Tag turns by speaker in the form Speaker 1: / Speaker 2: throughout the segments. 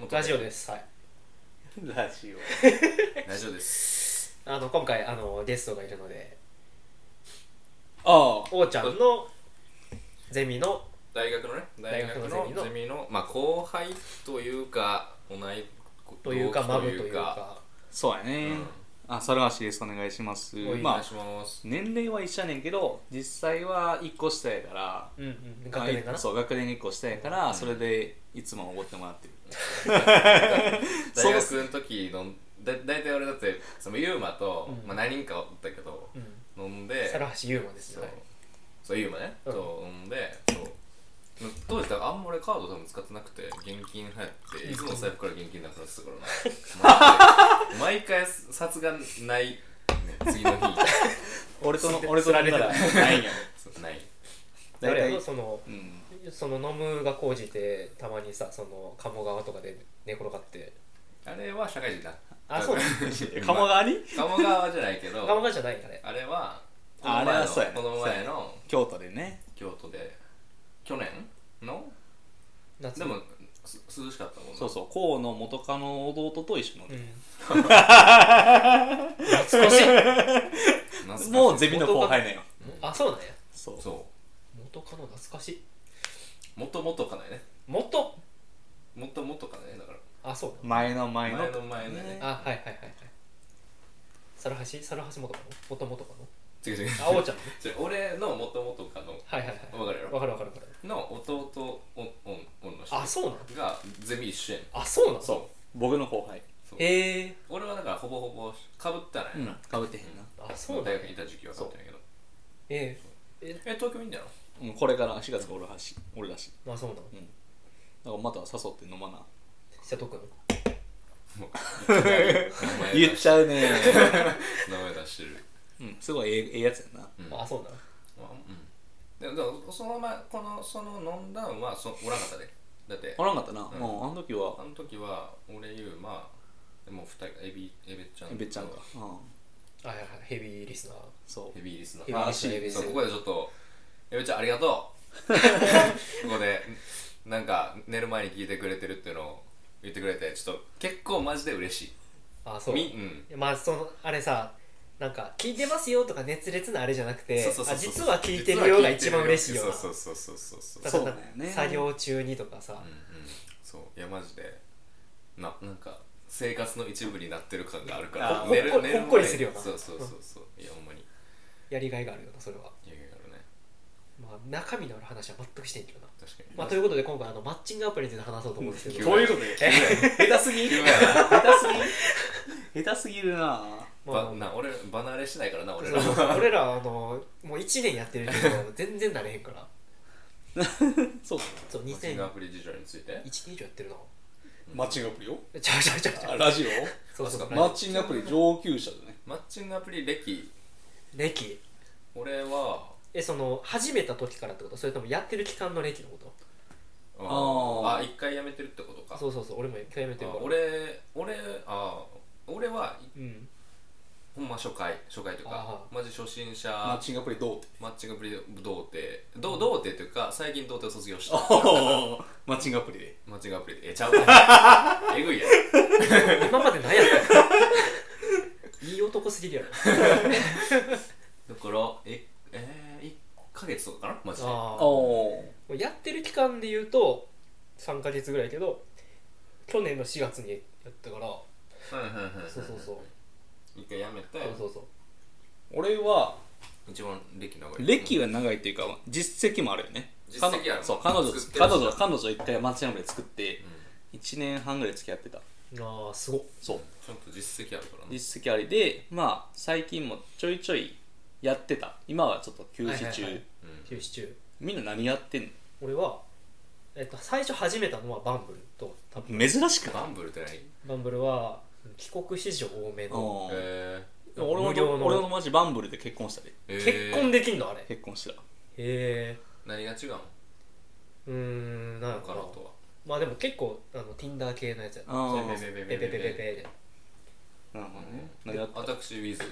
Speaker 1: こと
Speaker 2: ラジオですはい
Speaker 3: ラジオ
Speaker 1: ラジオです
Speaker 2: あの今回あのゲストがいるので
Speaker 3: ああ
Speaker 2: おーちゃんのゼミの
Speaker 1: 大学のね大学
Speaker 2: 大学の
Speaker 1: の
Speaker 2: ゼ
Speaker 1: ゼミのまあ後輩というか同い
Speaker 2: というか
Speaker 1: 同期
Speaker 2: マブというか
Speaker 3: そうやね、
Speaker 1: うん
Speaker 3: あ猿橋ですお願いします
Speaker 1: お願
Speaker 3: ま
Speaker 1: い
Speaker 3: あ
Speaker 1: します
Speaker 3: 年齢は一緒やねんけど実際は1個下やから
Speaker 2: うんうん学年か
Speaker 3: まあ
Speaker 2: な
Speaker 3: そう学年1個下やから、
Speaker 1: うん
Speaker 3: それでいつもおごってもらってる
Speaker 1: 大学の時のだ大体俺だってそのユーマと、
Speaker 2: うん
Speaker 1: まあ、何人かおったけど
Speaker 2: うん
Speaker 1: 飲んで
Speaker 2: 猿橋優馬です
Speaker 1: そう
Speaker 2: ね
Speaker 1: そうユーマね、
Speaker 2: うん
Speaker 1: そう飲んでそう当時だからあんま俺カード多分使ってなくて現金入っていつも財布から現金なくなってたからな毎回毎回札がない、ね、次の日
Speaker 3: 俺との
Speaker 2: す
Speaker 3: 俺と飲んだら
Speaker 2: す
Speaker 3: ないんや
Speaker 1: そうない
Speaker 3: 大
Speaker 2: 誰やろ
Speaker 3: 体
Speaker 2: その
Speaker 3: うん
Speaker 2: その飲むが高じてたまにさその鴨川とかで寝転がって
Speaker 1: あれは社会人だ
Speaker 2: あ そう
Speaker 3: え鴨川に
Speaker 1: 鴨川じゃないけど
Speaker 2: 鴨川じゃないあれ
Speaker 1: あれはこの
Speaker 3: ああれはそうやね
Speaker 1: 前のこの前の
Speaker 3: 京都でね
Speaker 1: 京都で去年の
Speaker 2: 夏
Speaker 1: でもす涼しかったもんな
Speaker 3: そうそう河野元カノ弟と一緒 の、
Speaker 2: うん
Speaker 1: 懐
Speaker 3: 少し
Speaker 1: かしい
Speaker 3: もうゼミの後輩なんよ
Speaker 2: あそうなんや
Speaker 3: そう
Speaker 1: そ
Speaker 2: 元カノ懐かしいう
Speaker 1: もともとかないね
Speaker 2: 元
Speaker 1: もともとかないねだから
Speaker 2: あそう
Speaker 3: 前の前の
Speaker 1: 前の前のね
Speaker 2: なあはいはいはいはい猿橋猿橋元カノ元々カ
Speaker 1: 違う違う
Speaker 2: ノあおーちゃんのね
Speaker 1: 違う俺のもともとかの
Speaker 2: はいはい
Speaker 1: わかるや
Speaker 2: はいわか
Speaker 1: ろ
Speaker 2: るわかるわかる
Speaker 1: の弟おおおんの人
Speaker 2: あそうなの
Speaker 1: がゼミ一緒やねん
Speaker 2: あそうなの
Speaker 1: そ
Speaker 3: 僕の後輩
Speaker 1: うそう
Speaker 2: へえ
Speaker 1: 俺はだからほぼほぼかぶったない、
Speaker 3: うんかぶってへんな、
Speaker 2: あそうな
Speaker 1: 大
Speaker 2: の
Speaker 1: 学にいた時期はかぶってないけど
Speaker 2: ええ
Speaker 1: え東京いいんだよ
Speaker 3: うん、これから4月が俺らし俺らし
Speaker 2: まあそうなの
Speaker 3: だからまた誘って飲まな
Speaker 2: 瀬戸君
Speaker 1: もう名前出して
Speaker 3: 言っちゃうね
Speaker 1: 名前出してる
Speaker 3: うんすごいええええやつやな
Speaker 1: うん
Speaker 2: あそうなの
Speaker 1: まあうんででもその前このその飲んだんはそおらんかったでだって
Speaker 3: おらんかったな、うん
Speaker 1: ん
Speaker 3: あの時は
Speaker 1: あの時は俺ゆうまあでも二人エビエベちゃんと
Speaker 3: べっちゃんか、うん、
Speaker 2: あはいはいヘビーリスナー
Speaker 3: そう
Speaker 1: ヘビーリスナ
Speaker 2: ヘ
Speaker 1: ー
Speaker 2: ビーリ
Speaker 3: ら
Speaker 2: スナーヘビー
Speaker 1: あ
Speaker 2: リス
Speaker 1: そう
Speaker 2: ナ
Speaker 1: こ
Speaker 2: ー
Speaker 1: こでちょっとエベちゃんありがとうここでなんか寝る前に聞いてくれてるっていうのを言ってくれてちょっと結構マジで嬉し
Speaker 2: あそ
Speaker 1: いうみうん
Speaker 2: まあそのあれさなんか聞いてますよとか熱烈なあれじゃなくて
Speaker 1: そうそうそう
Speaker 2: あ
Speaker 1: そう
Speaker 2: 実は聞いてるよが一番嬉しいよな
Speaker 1: そうそうそうそうそう
Speaker 2: だ
Speaker 1: そう
Speaker 2: から
Speaker 3: そうだよね
Speaker 2: 作業中にとかさ、
Speaker 1: うんうんそういやマジでななんか生活の一部になってる感があるから
Speaker 2: あほっこり
Speaker 1: 寝る寝る前
Speaker 2: ほっこりするよな
Speaker 1: そうそうそうそういやほんまに
Speaker 2: やりがいがあるよなそれは、
Speaker 1: いやいやあるね
Speaker 2: まあ、中身のある話は全くしてんけどな、
Speaker 1: 確かに
Speaker 2: まあ、ということで今回あのマッチングアプリについて話そうと思うんですけ
Speaker 1: 急
Speaker 2: ど、
Speaker 1: や
Speaker 3: ういうことで 下手すぎ
Speaker 1: 急
Speaker 3: 下
Speaker 1: や
Speaker 3: 手すぎ下手すぎるな
Speaker 2: まあ
Speaker 1: ば な俺離れしないからな俺
Speaker 2: そう
Speaker 1: ら
Speaker 2: そう
Speaker 1: は
Speaker 2: そう俺らあのもう1年やってるけど全然なれへんからそう
Speaker 3: そう
Speaker 1: マッチングア
Speaker 2: 2001
Speaker 1: プリ事情について
Speaker 2: 年以上やってるな
Speaker 3: マッチングアプリよ
Speaker 2: ちゃうちゃうちゃうちゃ
Speaker 3: あ
Speaker 2: う
Speaker 3: ラジ
Speaker 2: そうそう
Speaker 1: あ
Speaker 3: オ
Speaker 1: そ
Speaker 3: マッチングアプリ上級者だね
Speaker 1: マッチングアプリ歴
Speaker 2: 歴
Speaker 1: 俺は
Speaker 2: えその始めた時からってことそれともやってる期間の歴のこと
Speaker 1: あ
Speaker 3: あー
Speaker 1: あ一回辞めてるってことか
Speaker 2: そうそうそう俺も今やめてる
Speaker 1: あ
Speaker 2: から
Speaker 1: 俺俺あー俺は
Speaker 2: うん
Speaker 1: ほんま初回初回とか
Speaker 2: あ
Speaker 1: マジ初心者
Speaker 3: マッチングアプリどうって
Speaker 1: マッチングアプリ童貞どう童貞というか最近童貞を卒業した
Speaker 3: マッチングアプリで
Speaker 1: マッチングアプリでえちゃうえぐいやん
Speaker 2: 今まで 何やったのいい男すぎるやろ
Speaker 1: だからええー、1ヶ月とかかなマジで
Speaker 2: あー
Speaker 3: お
Speaker 2: もうやってる期間で言うと3ヶ月ぐらいやけど去年の4月にやったからそ
Speaker 1: そう
Speaker 2: そうそう
Speaker 1: う一回やめて
Speaker 2: そうそうそう
Speaker 3: 俺は
Speaker 1: 一番歴長い
Speaker 3: 歴が長いっていうか実績もあるよね
Speaker 1: 実績ある
Speaker 3: そう彼女
Speaker 1: 作ってる
Speaker 3: 彼女彼女一回マッチングアプリ作って1年半ぐらい付き合ってた
Speaker 2: ああすごっ
Speaker 3: そう
Speaker 1: ちゃんと実績あるからね
Speaker 3: 実績ありでまあ最近もちょいちょいやってた今はちょっと休止中、
Speaker 2: はいはいはい
Speaker 1: うん
Speaker 2: 休止中
Speaker 3: みんな何やってんの
Speaker 2: 俺は、えっと、最初始めたのはバンブルと多分
Speaker 3: 珍しくない
Speaker 1: バンブルって何
Speaker 2: バンブルは帰国子女多めの
Speaker 3: うん
Speaker 1: え
Speaker 3: 俺
Speaker 2: 無
Speaker 3: の
Speaker 2: 料の
Speaker 3: 俺の友達バンブルで結婚したで
Speaker 1: ー、えー、
Speaker 2: 結婚できんのあれへ
Speaker 3: 結婚した
Speaker 2: え
Speaker 1: 何が違うの
Speaker 2: うーんなん
Speaker 1: 他
Speaker 2: か
Speaker 1: の
Speaker 2: な
Speaker 1: とは
Speaker 2: まあでも結構あの Tinder 系のやつやった
Speaker 3: あ
Speaker 1: ペペペ
Speaker 3: ー
Speaker 2: ペペペペペ
Speaker 1: ペ
Speaker 2: で
Speaker 3: なるほどね
Speaker 1: ペ
Speaker 3: 何やった
Speaker 1: 私ウィズ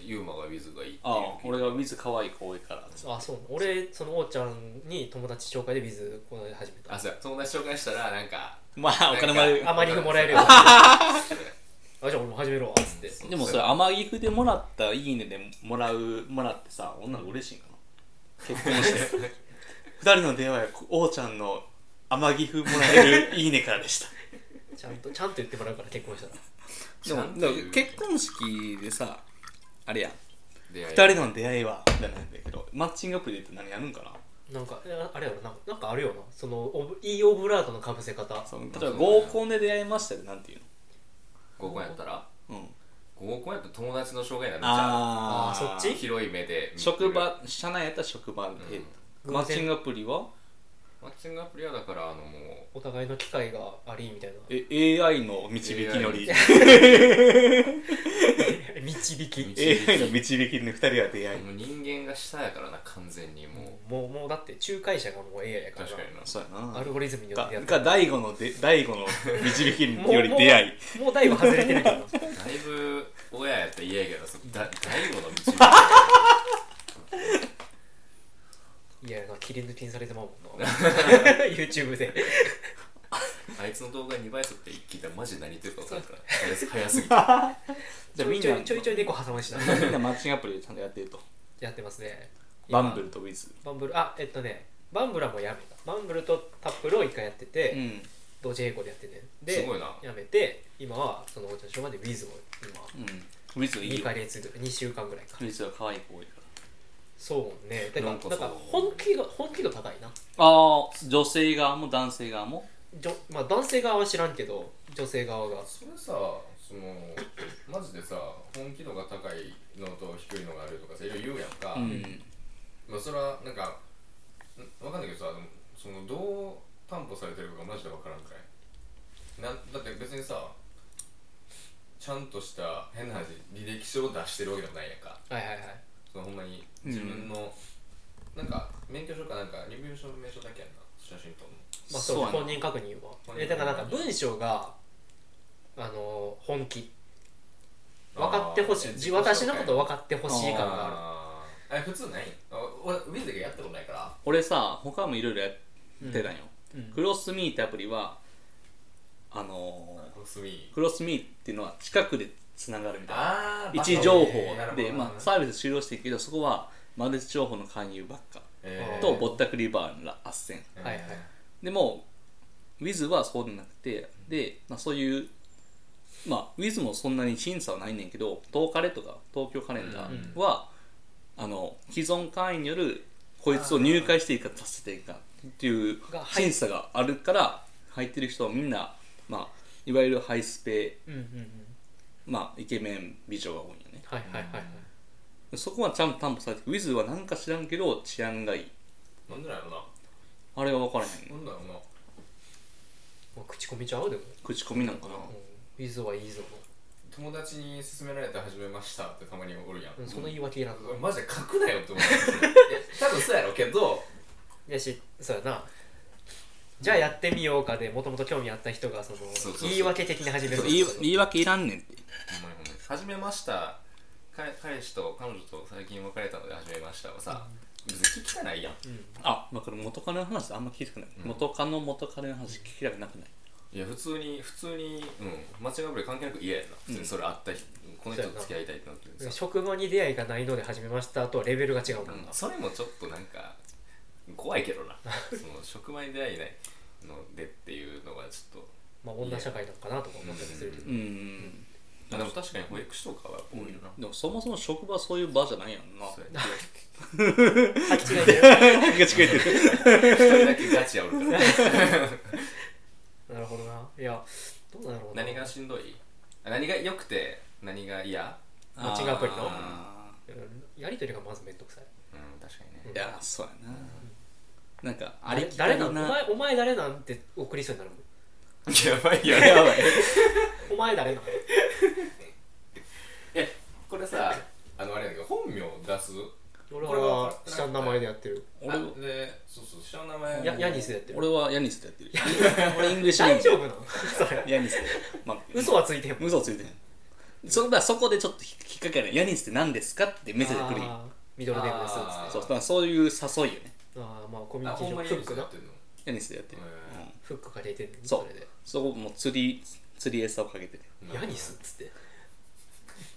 Speaker 1: ユーマがウィズがいいって
Speaker 3: ああ
Speaker 1: いう
Speaker 3: 俺がウィズ可愛い子多いから
Speaker 2: あそうなの俺そのおーちゃんに友達紹介で Wiz この間始めた
Speaker 1: あそうや友達紹介したらなんか
Speaker 3: ま あお金もらえる
Speaker 2: あまりもら えるよあじゃあ俺も始めるわっつって
Speaker 1: そう
Speaker 3: でもそれ甘ギフでもらった「いいね」でもらうもらってさ女の子嬉しいんかな結婚 して二人の電話や王ちゃんの甘ギフもらえる「いいね」からでした
Speaker 2: ちゃんとちゃんと言ってもらうから結婚したら
Speaker 3: でもでも結婚式でさあれや
Speaker 1: 出会い
Speaker 3: 二人の出会いはみたいなんだけどマッチングアプリでって何やるんかな
Speaker 2: なんかえあれやろなんかなんかあるよなそのオブいいオブラートのかぶせ方
Speaker 3: そう例えば合コンで出会いましたってなんていう
Speaker 1: 合コンやったら
Speaker 3: の、うん、
Speaker 1: 合コンやったら友達の障害になるじゃん
Speaker 3: あ
Speaker 2: ーそっち
Speaker 1: 広い目で見てる
Speaker 3: 職場社内やったら職場で、
Speaker 2: うん
Speaker 3: マッチングアプリは
Speaker 1: マッチングアプリはだからあのも
Speaker 2: お互いの機会がありみたいな
Speaker 3: え AI の導きのり
Speaker 2: 導き
Speaker 3: AI の導きの二人は出
Speaker 1: う
Speaker 3: 会い
Speaker 1: もう人間が下やからな完全にも
Speaker 2: もうもうだって仲介者がもう AI や
Speaker 1: う
Speaker 2: から
Speaker 1: 確かにな
Speaker 3: そうやな
Speaker 2: アルゴリズムによっ
Speaker 3: か
Speaker 2: てやって
Speaker 3: か大悟の で大悟の導きにより出会い
Speaker 2: もうもうだいぶ外れてるけどな
Speaker 1: だいぶ親やったら嫌やけどそだ大悟の道
Speaker 2: いやな切り抜きにされてまうもん な YouTube で
Speaker 1: あいつの動画2倍速って聞いたらマジ何言ってるか分からん から早す早すぎてあ
Speaker 3: じ
Speaker 2: ち
Speaker 3: ゃあ
Speaker 2: ょ
Speaker 3: み
Speaker 2: い
Speaker 3: ん
Speaker 2: ちょ
Speaker 3: ない
Speaker 2: ちょいちょい猫挟ましな
Speaker 3: みんなマッチングアプリでちゃんとやってると
Speaker 2: やってますね
Speaker 3: バンブルとウィズ
Speaker 2: バンブルあえっとねバンブルはもうやめたバンブルとタップルを一回やってて、
Speaker 3: うん
Speaker 2: 同時並行でやっててです
Speaker 1: ごいな
Speaker 2: やめて今はそのお茶の職場でウィズを今
Speaker 3: うんウィズいい
Speaker 2: 2
Speaker 3: よ
Speaker 2: ヶ月ぐらい2週間ぐらいか
Speaker 3: ウィズは可愛い子多いから
Speaker 2: そうねだから
Speaker 1: な
Speaker 2: なんん
Speaker 1: かそ
Speaker 2: か
Speaker 1: う
Speaker 2: 本気が本気度高いな
Speaker 3: ああ女性側も男性側も
Speaker 2: じょ、まあ、男性側は知らんけど女性側が
Speaker 1: それさそのマジでさ本気度が高いのと低いのがあるとかさいろいろ言うやんか、
Speaker 3: うん
Speaker 1: まあそれはなんかんわかんないけどさでもそのどう担保されてるかがマジでわからんかいなんだって別にさちゃんとした変な話履歴書を出してるわけでもないやんか
Speaker 2: はいはいはい
Speaker 1: そのほんまに
Speaker 3: うん
Speaker 1: 自分の、なんか免許証かなんか履歴証の名称だけやんな写真とも
Speaker 2: まあ
Speaker 3: そ
Speaker 2: そうう
Speaker 3: やな
Speaker 2: 本人確認は
Speaker 1: 本人確認
Speaker 2: えだからなんか文章があのー本気分かってほしいじ私のこと分かってほしい感がある
Speaker 1: あーえ普通ないあ俺ウィズがやったことないから
Speaker 3: 俺さ他もいろいろやってたんよ、
Speaker 2: うん
Speaker 3: クロスミーってアプリはあの
Speaker 1: クロスミ
Speaker 3: ークロスミーっていうのは近くでつながるみたいな
Speaker 1: あー
Speaker 3: 位
Speaker 1: バカ
Speaker 3: 置情報
Speaker 1: なるほど
Speaker 3: で、まあ、サービス終了してるけどそこはマルチ情報の勧誘ばっか
Speaker 1: えー
Speaker 3: とぼったくりバーの斡旋
Speaker 1: えー
Speaker 2: はいはい
Speaker 3: でも Wiz はそうでなくてで、まあ、そういうまあ Wiz もそんなに審査はないねんけど東カレとか東京カレンダーは、あの既存会員によるこいつを入会していいかさせていいかっていう
Speaker 2: がはい
Speaker 3: 審査があるから入ってる人はみんな、まあ、いわゆるハイスペ、
Speaker 2: うんうんうん
Speaker 3: まあ、イケメン美女が多いよね
Speaker 2: はいはいはいはい
Speaker 3: そこはちゃんと担保されてる Wiz はなんか知らんけど治安がいい
Speaker 1: なんでなんやろな
Speaker 3: あれは分からへん
Speaker 1: なんだろうな
Speaker 2: もう口コミちゃうでも
Speaker 3: 口コミなんかな
Speaker 2: うんウィズはいいぞ
Speaker 1: 友達に勧められて始めましたってたまにおるやん、
Speaker 2: うんその言い訳いらん
Speaker 1: マジで書くなよって思ういや多分そうやろうけど
Speaker 2: やしそうやなじゃあやってみようかでもともと興味あった人がその
Speaker 1: そうそうそう
Speaker 2: 言い訳的に始める
Speaker 3: 言い言い訳いらんねんって
Speaker 1: ほんまにほんまに始めましたか彼氏と彼女と最近別れたので始めましたはさ、別に聞きたないやん
Speaker 2: うん
Speaker 3: あだから元カレの話あんま聞きたくない、
Speaker 1: うん
Speaker 3: 元カノ元カレの話聞きたくなくない
Speaker 1: いや普通に普通にうんマッチングアプリ関係なく嫌やな普通にそれあった人、この人と付き合いたいってなってるんですよ
Speaker 2: 職場に出会いがないので始めましたとはレベルが違うもんな、
Speaker 1: それもちょっとなんか怖いけどなその職場に出会いないのでっていうのがちょっと
Speaker 2: まあ女社会なのかなとか思ったりするけど
Speaker 3: うん、
Speaker 1: あでも確かに保育士とかは多いよな、
Speaker 3: でもそもそも職場はそういう場じゃないやんな
Speaker 1: そうやな
Speaker 2: 履き違えてる
Speaker 1: 一人だけガチやおるから
Speaker 2: なるほどないやどうなんだろうな
Speaker 1: 何がしんどいあ何が良くて何が嫌
Speaker 2: マッチングアプリの
Speaker 3: あ
Speaker 2: うんやりとりがまずめんどくさい
Speaker 1: うん確かにね
Speaker 3: ーいやそうやななんかあ
Speaker 2: あ
Speaker 3: れ
Speaker 2: れ誰なんお前お前誰なんって送りそうになるもん
Speaker 1: やばいやばい
Speaker 3: やばい
Speaker 2: お前誰なん
Speaker 1: えこれさあのあれやけど本名出す
Speaker 2: 俺
Speaker 1: これ
Speaker 2: は
Speaker 1: は
Speaker 2: 下の名前でやってる
Speaker 3: 俺
Speaker 1: あでそうそう下の名前
Speaker 2: やヤニスでやってる
Speaker 3: 俺はヤニスでやってる俺イングリッシュネ
Speaker 2: 大
Speaker 3: ーム
Speaker 2: 丈夫なのそれ
Speaker 3: ヤニスで、まあ、
Speaker 2: 嘘はついてんもん
Speaker 3: 嘘ついてるそだからそこでちょっと引っ掛けないヤニスって何ですかってメッセージくるんよ
Speaker 2: あーミドルネームです
Speaker 1: あー
Speaker 2: あ
Speaker 3: そうだからそういう誘いよね
Speaker 2: あーまあコミュ
Speaker 1: あ
Speaker 2: ニテ
Speaker 1: ほん
Speaker 2: ィ
Speaker 1: まに
Speaker 2: のフ
Speaker 1: ヤニ
Speaker 2: ッ
Speaker 1: ス
Speaker 2: ク
Speaker 1: でや
Speaker 2: な
Speaker 1: ってんの
Speaker 3: ヤニスでやってる、
Speaker 1: へー
Speaker 3: うん
Speaker 2: フフック借りてんの
Speaker 3: そう
Speaker 2: れで
Speaker 3: そこもう釣り釣り餌をかけてて
Speaker 2: ヤニスっつって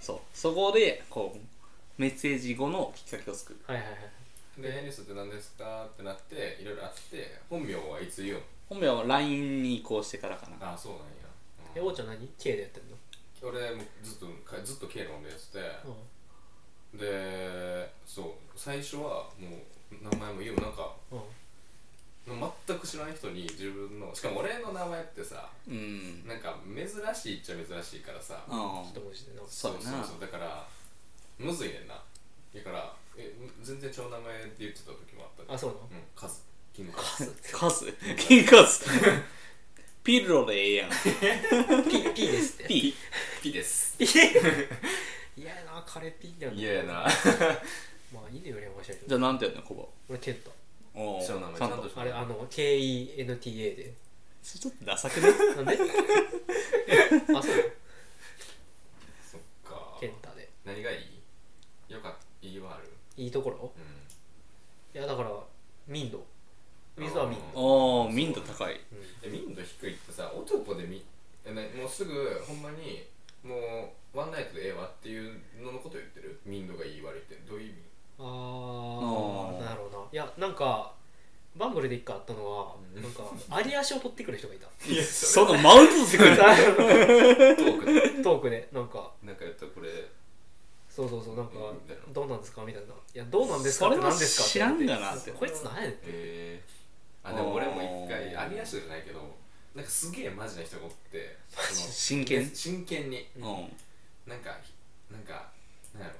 Speaker 3: そうそこでこうメッセージ後のきっかけを作る
Speaker 2: はいはいはい
Speaker 1: で、ヘニスって何ですかってなって、いろいろあって、本名はいつ言うん
Speaker 3: 本名は LINE に移行してからかな
Speaker 1: あ、そうなんや。
Speaker 2: えおうちゃん何 K でやってんの
Speaker 1: 俺、もうずっと、かずっと K のでやって
Speaker 2: うん
Speaker 1: て、で、そう、最初はもう、名前も言う、なんか、
Speaker 2: うん
Speaker 1: 全く知らない人に自分の、しかも俺の名前ってさ、
Speaker 3: うん
Speaker 1: なんか珍しいっちゃ珍しいからさ、
Speaker 3: あ
Speaker 2: 一文字でな
Speaker 3: そうや
Speaker 1: そう
Speaker 3: な
Speaker 1: そうだからむずいねんなだからえ全然違う名前って言ってた時もあった
Speaker 2: あ
Speaker 1: ね
Speaker 2: そうな
Speaker 1: う
Speaker 2: の
Speaker 1: んカズキングカズ
Speaker 3: カス金カスピロでええやん
Speaker 2: P, P です って
Speaker 3: P
Speaker 1: ピで す
Speaker 2: いやなカレピーだよ
Speaker 1: 嫌やな
Speaker 2: まあいいねよりは面白いけ
Speaker 3: じ
Speaker 2: ど
Speaker 3: ゃあなんてやんのコバ
Speaker 2: 俺ケント
Speaker 3: お
Speaker 1: 一緒の名前ちゃんと
Speaker 2: あれあの KENTA で
Speaker 3: それちょっとダサ くない
Speaker 2: なん であそう
Speaker 1: そっか
Speaker 2: ケンタで
Speaker 1: 何がいいよかった言いはある
Speaker 2: いいところ
Speaker 1: うん
Speaker 2: いやだから民度水は民
Speaker 1: あー
Speaker 2: 度
Speaker 3: おお民度高い
Speaker 2: うん
Speaker 1: え民度低いってさ男でみえなもうすぐほんまにもうワンナイトでええわっていうののこと言ってる民度がいい悪いってどういう意味
Speaker 2: あ
Speaker 3: あー
Speaker 2: ーなるほどないやなんかバンブルで一回あったのは、
Speaker 1: うん
Speaker 2: なんか有足を取ってくる人がい た
Speaker 1: いや
Speaker 3: そのマウントしてく る
Speaker 1: トークで
Speaker 2: トークでなんか
Speaker 1: なんかやったらこれ
Speaker 2: そうそうそうなんか
Speaker 1: うんみたいな
Speaker 2: どうなんですかみたいな「いやどうなんですか?」っ
Speaker 3: それ
Speaker 2: て
Speaker 3: は
Speaker 2: 何ですか
Speaker 3: 知らんがな
Speaker 2: っ
Speaker 3: ってて
Speaker 2: こいつ何やねん
Speaker 1: えー、あでも俺も一回
Speaker 3: あー
Speaker 1: 有り足じゃないけどなんかすげえマジな人がおってその
Speaker 3: 真剣
Speaker 1: 真剣に
Speaker 3: うん
Speaker 1: なんかなんかなんやろなんや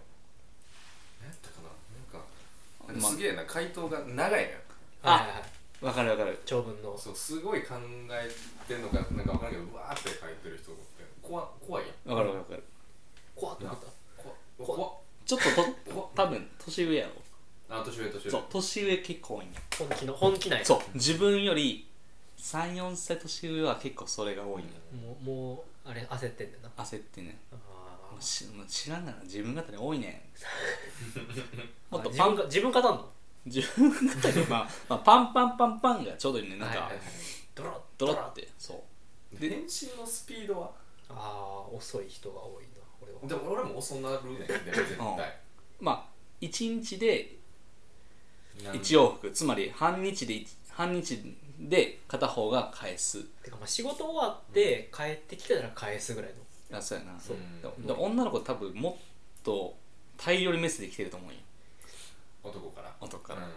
Speaker 1: ったかななんか
Speaker 3: ま
Speaker 1: すげえな回答が長いのよ
Speaker 3: あ
Speaker 2: はいはいはい
Speaker 3: わかるわかる
Speaker 2: 長文の
Speaker 1: そうすごい考えてんのかなんか分からんけどうわーって書いてる人がおって怖怖いやん
Speaker 3: わかるわかる
Speaker 2: 怖っと思った
Speaker 1: 怖怖怖
Speaker 3: ちょっと
Speaker 1: 怖
Speaker 3: と多分年上や
Speaker 1: あ年上年
Speaker 3: ろ
Speaker 1: 上
Speaker 3: そう年上結構多いんや
Speaker 2: 本気の本気ない
Speaker 3: そう自分より34歳年上は結構それが多いんや
Speaker 2: もうもうあれ焦ってんだよな
Speaker 3: 焦ってね
Speaker 2: あ
Speaker 3: もう
Speaker 2: ー
Speaker 3: しもう知らんなら自分語り多いね んもっと
Speaker 2: 自
Speaker 3: パ
Speaker 2: 分
Speaker 3: ン
Speaker 2: が自分語んの
Speaker 3: 自分語りまあ、まあ、パンパンパンパンがちょうどいいねなん
Speaker 2: は
Speaker 3: か
Speaker 2: いはいドロッ
Speaker 3: ドロッてそう
Speaker 1: で返信のスピードは
Speaker 2: ああ遅い人が多いな俺は
Speaker 1: でも俺も遅なるねんでも 絶対
Speaker 3: まあ1日で
Speaker 1: なん
Speaker 3: 1往復つまり半日で一半日で片方が返す
Speaker 2: てかまあ仕事終わって帰ってきたら返すぐらいの
Speaker 3: あそうやな
Speaker 1: そう
Speaker 3: だ
Speaker 1: うん
Speaker 3: だ女の子多分もっと大量にメスで来てると思うよ
Speaker 1: 男から
Speaker 3: 男から、
Speaker 1: うん
Speaker 2: はい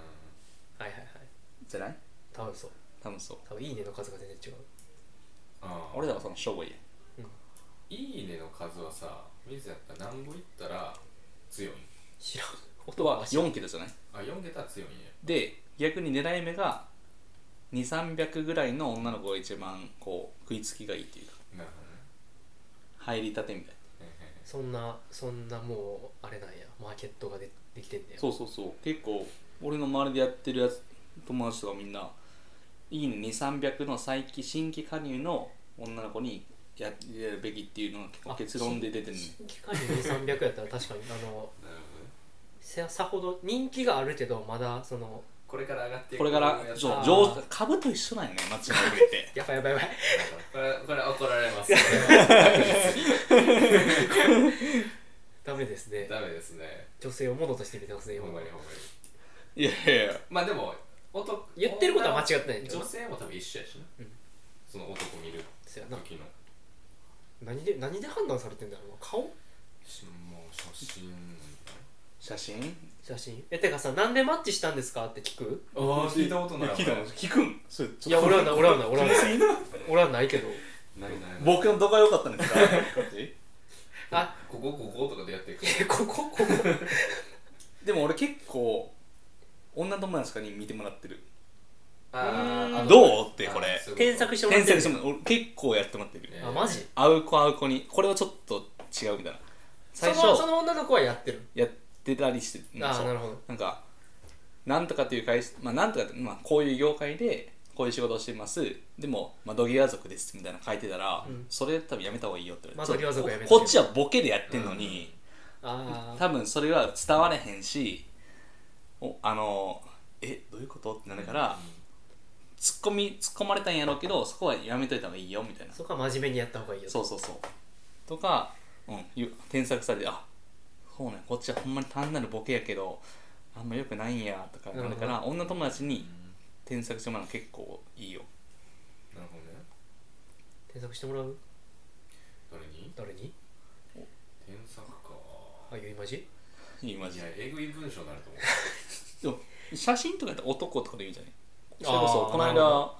Speaker 2: はいはい
Speaker 3: じゃない
Speaker 2: 多分そう
Speaker 3: 多分そう
Speaker 2: 多分いいねの数が全然違う
Speaker 1: あ
Speaker 3: 俺らはその勝負や
Speaker 1: いいねの数はさ水やったら何ぼいったら強いん
Speaker 2: 知らん
Speaker 3: 音
Speaker 2: 音
Speaker 3: は
Speaker 2: は知らん
Speaker 3: 4キロじゃない
Speaker 1: あ4桁は強いんや
Speaker 3: で逆に狙い目が2300ぐらいの女の子が一番こう食いつきがいいっていうか
Speaker 1: なるほ
Speaker 3: 入りたてみたい
Speaker 1: どね へ
Speaker 2: そんなそんなもうあれなんやマーケットがでできてんだよ
Speaker 3: なそうそうそう結構俺の周りでやってるやつ友達とかみんないいね2300の再起新規加入の女の子にややるべきっていうのが結構
Speaker 2: あ
Speaker 3: 結論で出てるね
Speaker 2: 新規加入2300やったら確かにあの
Speaker 1: へなるほどね
Speaker 2: ささほど人気があるけどまだその
Speaker 1: これから上がっていく
Speaker 3: これから
Speaker 1: やつ
Speaker 3: そう
Speaker 2: あー
Speaker 3: 上手株と一緒なんよね間違いくれて
Speaker 2: やばいやばいやばい
Speaker 1: これこれ怒られますこれは
Speaker 2: ダメですね
Speaker 1: ダメですね
Speaker 2: 女性をものとして見てますね
Speaker 1: ほ
Speaker 2: 今
Speaker 1: んまにほんまに
Speaker 3: いやいやいや
Speaker 1: まあでも男
Speaker 2: 言ってることは間違ってないけど
Speaker 1: 女性も多分一緒やしな、
Speaker 2: うん
Speaker 1: その男見る
Speaker 2: そうやな
Speaker 1: 時の
Speaker 2: 何で何で判断されてんだろうな顔
Speaker 1: しもう写真
Speaker 3: 写真
Speaker 2: 写真えてかさなんでマッチしたんですかって聞く
Speaker 1: ああ聞いたことない
Speaker 3: 聞いたの聞くんそれ
Speaker 2: いや俺はな俺はな俺はな俺はないけど
Speaker 1: ないないない
Speaker 3: 僕の度が良かったんですか
Speaker 2: あ
Speaker 1: こここことかでやっていく
Speaker 2: えここここ
Speaker 3: でも俺結構女友達とかに見てもらってる
Speaker 1: あーあ
Speaker 3: どうってこれ
Speaker 1: あそういう
Speaker 2: 検
Speaker 1: こ
Speaker 2: 索
Speaker 1: と
Speaker 2: してもら
Speaker 3: 先
Speaker 2: って
Speaker 3: 生
Speaker 2: る
Speaker 3: でも俺結構やってもらってる
Speaker 1: ね
Speaker 2: あマジ
Speaker 3: 会う子会う子にこれはちょっと違うみたいな最
Speaker 2: そのそ
Speaker 3: 初
Speaker 2: の女の子はやってる
Speaker 3: やってたりしてうん
Speaker 2: あ
Speaker 3: そ
Speaker 2: あ
Speaker 3: う
Speaker 2: なるほど
Speaker 3: なんかなんとかっていう会社まあなんとかって、まあ、こういう業界でこういう仕事をしてますでも窓際族ですみたいなの書いてたら、
Speaker 2: うん
Speaker 3: それ多分やめた方がいいよって言われて
Speaker 2: 窓際族やめた方
Speaker 3: こ
Speaker 2: がいい
Speaker 3: こっちはボケでやってんのに、
Speaker 2: ああ
Speaker 3: 多分それは伝われへんしおあのえどういうことってなるから、突っ込み突っ込まれたんやろうけどそこはやめといた方がいいよみたいな
Speaker 2: そこは真面目にやった方がいいよ
Speaker 3: そうそうそうとか、うん、ゆ添削されてあそうねこっちはほんまに単なるボケやけどあんまよくないんやとかなるから、女友達に添削してもらうの結構いいよ
Speaker 1: なるほどね
Speaker 2: 添削してもらう
Speaker 1: 誰に
Speaker 2: 誰に
Speaker 1: 添削か
Speaker 2: あゆいまじ
Speaker 3: いいマ
Speaker 1: い
Speaker 3: ジ
Speaker 1: や
Speaker 3: で
Speaker 1: えぐい文章になると思う
Speaker 3: でも写真とかやったら男とかでいいんじゃない
Speaker 2: あー
Speaker 3: それこそこの
Speaker 2: なるほ
Speaker 3: 間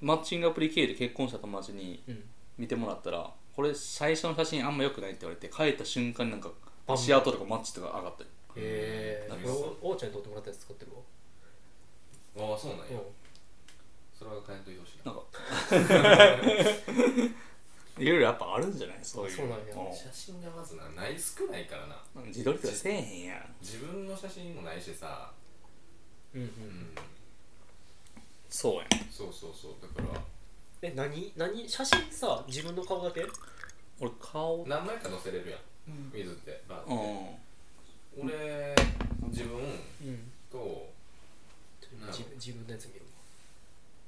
Speaker 3: マッチングアプリ系で結婚した友達に
Speaker 2: うん
Speaker 3: 見てもらったらこれ最初の写真あんま良くないって言われて帰った瞬間になんか
Speaker 2: バン
Speaker 3: 足跡とかマッチとか上がったり
Speaker 2: え
Speaker 1: うん
Speaker 2: ー、これおおうちゃんに撮ってもらったやつ使ってるわ
Speaker 1: ああそうなんや、
Speaker 2: う
Speaker 1: それは変えんといてほしいな
Speaker 3: なんか いろいろやっぱあるんじゃないそういう
Speaker 2: そうなんや
Speaker 1: 写真がまずなない少ないからな
Speaker 3: うん自撮りとかせえへんやん
Speaker 1: 自分の写真もないしさ
Speaker 2: んうんう
Speaker 1: うんん
Speaker 3: そうやん
Speaker 1: そうそうそうだから
Speaker 2: え何何写真さ自分の顔だけ
Speaker 3: 俺顔
Speaker 1: 何枚か載せれるやん、水ってバーって、
Speaker 3: うん
Speaker 1: 俺自分
Speaker 2: うん
Speaker 1: とな
Speaker 2: 自分自分のやつ見る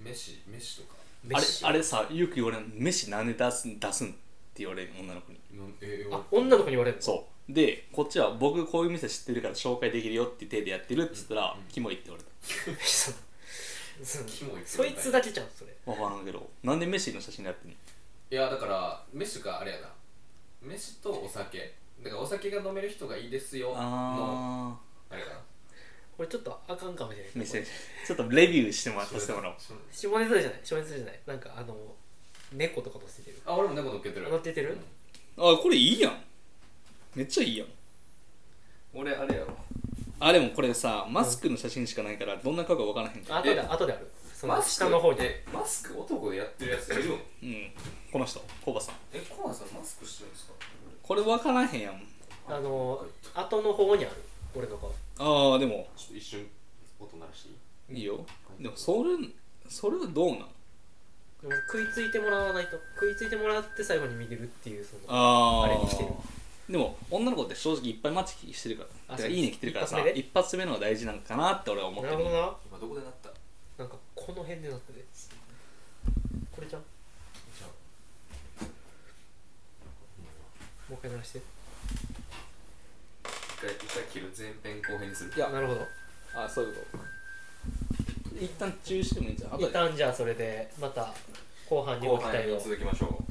Speaker 2: わ
Speaker 1: 飯飯とか
Speaker 3: あれ
Speaker 2: 飯
Speaker 3: あれさよく言われる飯何で出すん出すんって言われる女の子に
Speaker 1: のえ
Speaker 2: あ女の子に言われるの
Speaker 3: そうでこっちは僕こういう店知ってるから紹介できるよって手でやってるっつったら、キモいって言われた
Speaker 2: そう そう
Speaker 1: キモいって
Speaker 2: そいつだけじゃんそれ
Speaker 3: 分からんけどなんでメッシの写真でやってんの
Speaker 1: いやだから飯かあれやな飯とお酒だからお酒が飲める人がいいですよの
Speaker 3: あ
Speaker 1: あれかな
Speaker 2: これちょっとあかんかもしれない
Speaker 3: あメッシちょっとレビューしてもらさせてもらおう
Speaker 1: そう
Speaker 2: 下ネタじゃない下ネタじゃないなんかあの猫とか乗せてる
Speaker 1: あ俺も猫乗っけてる
Speaker 2: 乗っけてる
Speaker 3: あこれいいやんめっちゃいいやん
Speaker 1: うん俺あれやろ
Speaker 3: あでもこれさマスクの写真しかないからどんな顔か分からへんから
Speaker 2: 後で
Speaker 1: え
Speaker 2: 後であるそ
Speaker 1: マ
Speaker 2: の
Speaker 1: スク
Speaker 2: 下の方に
Speaker 1: えマスク男でやってるやついるん
Speaker 3: うんこの人コバさん
Speaker 1: えコアさんマスクしてるんですか
Speaker 3: これ分からへんやん
Speaker 2: あの後の方にある俺の顔
Speaker 3: ああでも
Speaker 1: ちょっと一瞬音鳴らしていい
Speaker 3: いいよでもそれそれはどうなん
Speaker 2: でも食いついてもらわないと食いついてもらって最後に見れるっていうその
Speaker 3: あ
Speaker 2: あれに来てる
Speaker 3: でも女の子って正直いっぱいマッチしてるか
Speaker 2: あ
Speaker 3: らて
Speaker 2: そ
Speaker 3: か
Speaker 2: う
Speaker 3: いいね来てるからさ
Speaker 2: 一発目で
Speaker 3: 一発目の方が大事なのかなって俺は思って
Speaker 2: な
Speaker 3: る
Speaker 2: るほどな
Speaker 1: 今どこで鳴った
Speaker 2: なんかこの辺でなっててこれじゃんも
Speaker 1: じゃあ
Speaker 2: う一回鳴らして
Speaker 1: 一回一回切る前編後編にする
Speaker 3: いや
Speaker 2: なるほど
Speaker 3: あそういうこと一旦中止でもいいんじゃん後
Speaker 2: 一
Speaker 3: で
Speaker 2: 旦じゃあそれでまた後半に
Speaker 1: 後
Speaker 2: ご期待
Speaker 1: 半に
Speaker 2: を
Speaker 1: 続きましょう